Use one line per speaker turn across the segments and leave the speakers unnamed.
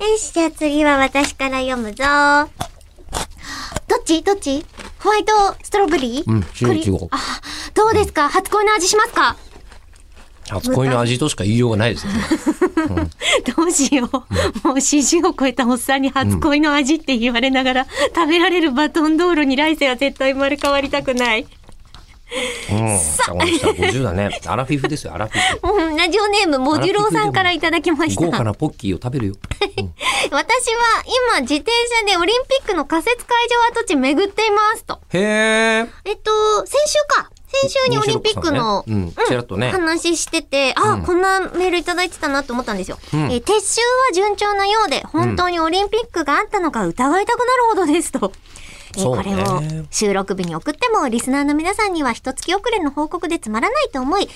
よし、じゃあ次は私から読むぞ。どっちどっちホワイトストロベリー
うん
これ
違う違う
あ、どうですか初恋の味しますか
初恋の味としか言いようがないですよね。
どうしよう。もう40を超えたおっさんに初恋の味って言われながら、食べられるバトン道路に来世は絶対生まれ変わりたくない。
うん。坂本さん50だね。アラフィフですよ、アラフ ィフ。
うんラジオネーム、モジュローさんからいただきました。
豪華なポッキーを食べるよ。
私は今自転車でオリンピックの仮設会場跡地巡っていますと。
へえ。
えっと、先週か。先週にオリンピックの、
うんちらっとね
話してて、あ、こんなメールいただいてたなと思ったんですよ。
ん
えー撤収は順調なようで、本当にオリンピックがあったのか疑いたくなるほどですと。えー
そう
こ
ね
れを収録日に送っても、リスナーの皆さんには一月遅れの報告でつまらないと思い、あ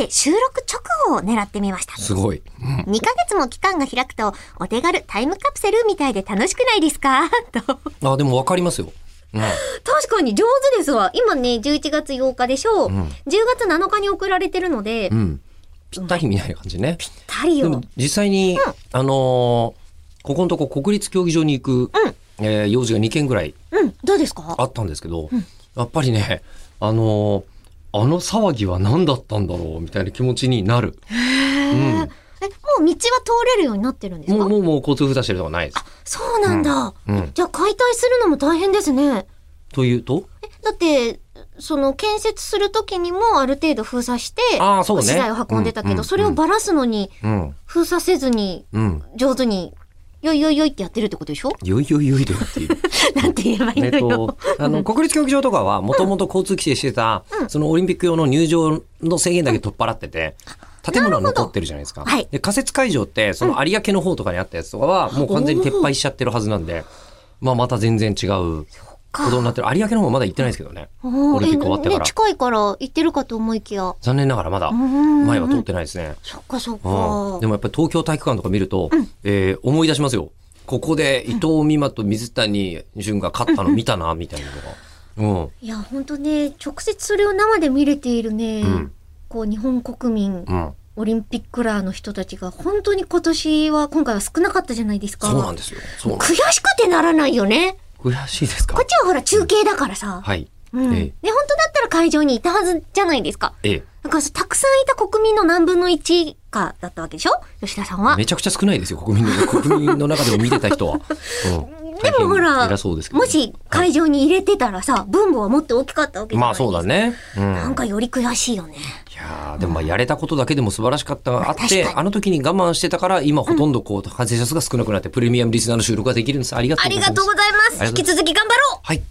えて収録直後を狙ってみました。
すごい。うん
2ヶ月も期間が開くと、お手軽タイムカプセルみたいで楽しくないですか と。
あ、でもわかりますよ。うん。
確かに上手ですわ。今ね、11月8日でしょう。10月7日に送られてるので、
うん。ぴったりみたいな感じね。
タリ
で
オ
も。実際に、あのーここのとこ国立競技場に行く、えー用事が2件ぐらい
うん、どうですか
あったんですけど、やっぱりね、あのーあの騒ぎは何だったんだろうみたいな気持ちになる。
へーえ、もう道は通れるようになってるんです
も
か
う、もう、もう交通不足してるとかないです。
そうなんだ、
うんうん
じゃあ解体するのも大変ですね。
というと
え、だって、その建設するときにもある程度封鎖して、
あーそうね
資材を運んでたけど、
うんうん
それをばらすのに
うん。
封鎖せずに、
うん。
上手に、よいよいよいってやってるってことでしょ
よいよいよいとっていう。
なんて言え ばいい
え
のよ
っと。、あの、国立競技場とかは、もともと交通規制してた、そのオリンピック用の入場の制限だけ取っ払ってて、建物は残ってるじゃないですか。
なるほどはい
で、仮設会場って、その有明の方とかにあったやつとかは、もう完全に撤廃しちゃってるはずなんで、まあ、また全然違うことになってる。有明の方まだ行ってないですけどね。
お
オリンピック終わってか
ね、
ら。
近いから行ってるかと思いきや。
残念ながらまだ、
ん
前は通ってないですね。
そっかそっ
うん
か。
でもやっぱり東京体育館とか見ると、えー思い出しますよ。ここで伊藤美誠と水谷隼が勝ったの見たな、みたいなのが。うん。
いや、本当ね、直接それを生で見れているね、
うん
こう、日本国民、
うん。
オリンピックラーの人たちが、本当に今年は、今回は少なかったじゃないですか。
そうなんですよ。そうなんです
悔しくてならないよね。
悔しいですか
こっちはほら、中継だからさ。
はい。
うん。
え
で、本当だったら会場にいたはずじゃないですか。
ええ
だから、たくさんいた国民の何分の1以下だったわけでしょ吉田さんは。
めちゃくちゃ少ないですよ、国民の、国民の中でも見てた 人は。うん、
でもほ
大
ら
変偉そうです、けど
もし会場に入れてたらさ、分母はもっと大きかったわけじゃないで
まあ
すか
そうだ。ね。うん。い
なんかより悔しいよね。
やーでもまあやれたことだけでも素晴らしかったがあっ
確かに
て、あの時に我慢してたから、今ほとんどこう、感染者数が少なくなって、プレミアムリスナーの収録ができるんです。ありがと
あ
うござい
り
ます。
がとうございます。
あり
引
がとうございます
き続き頑張ろう
はい。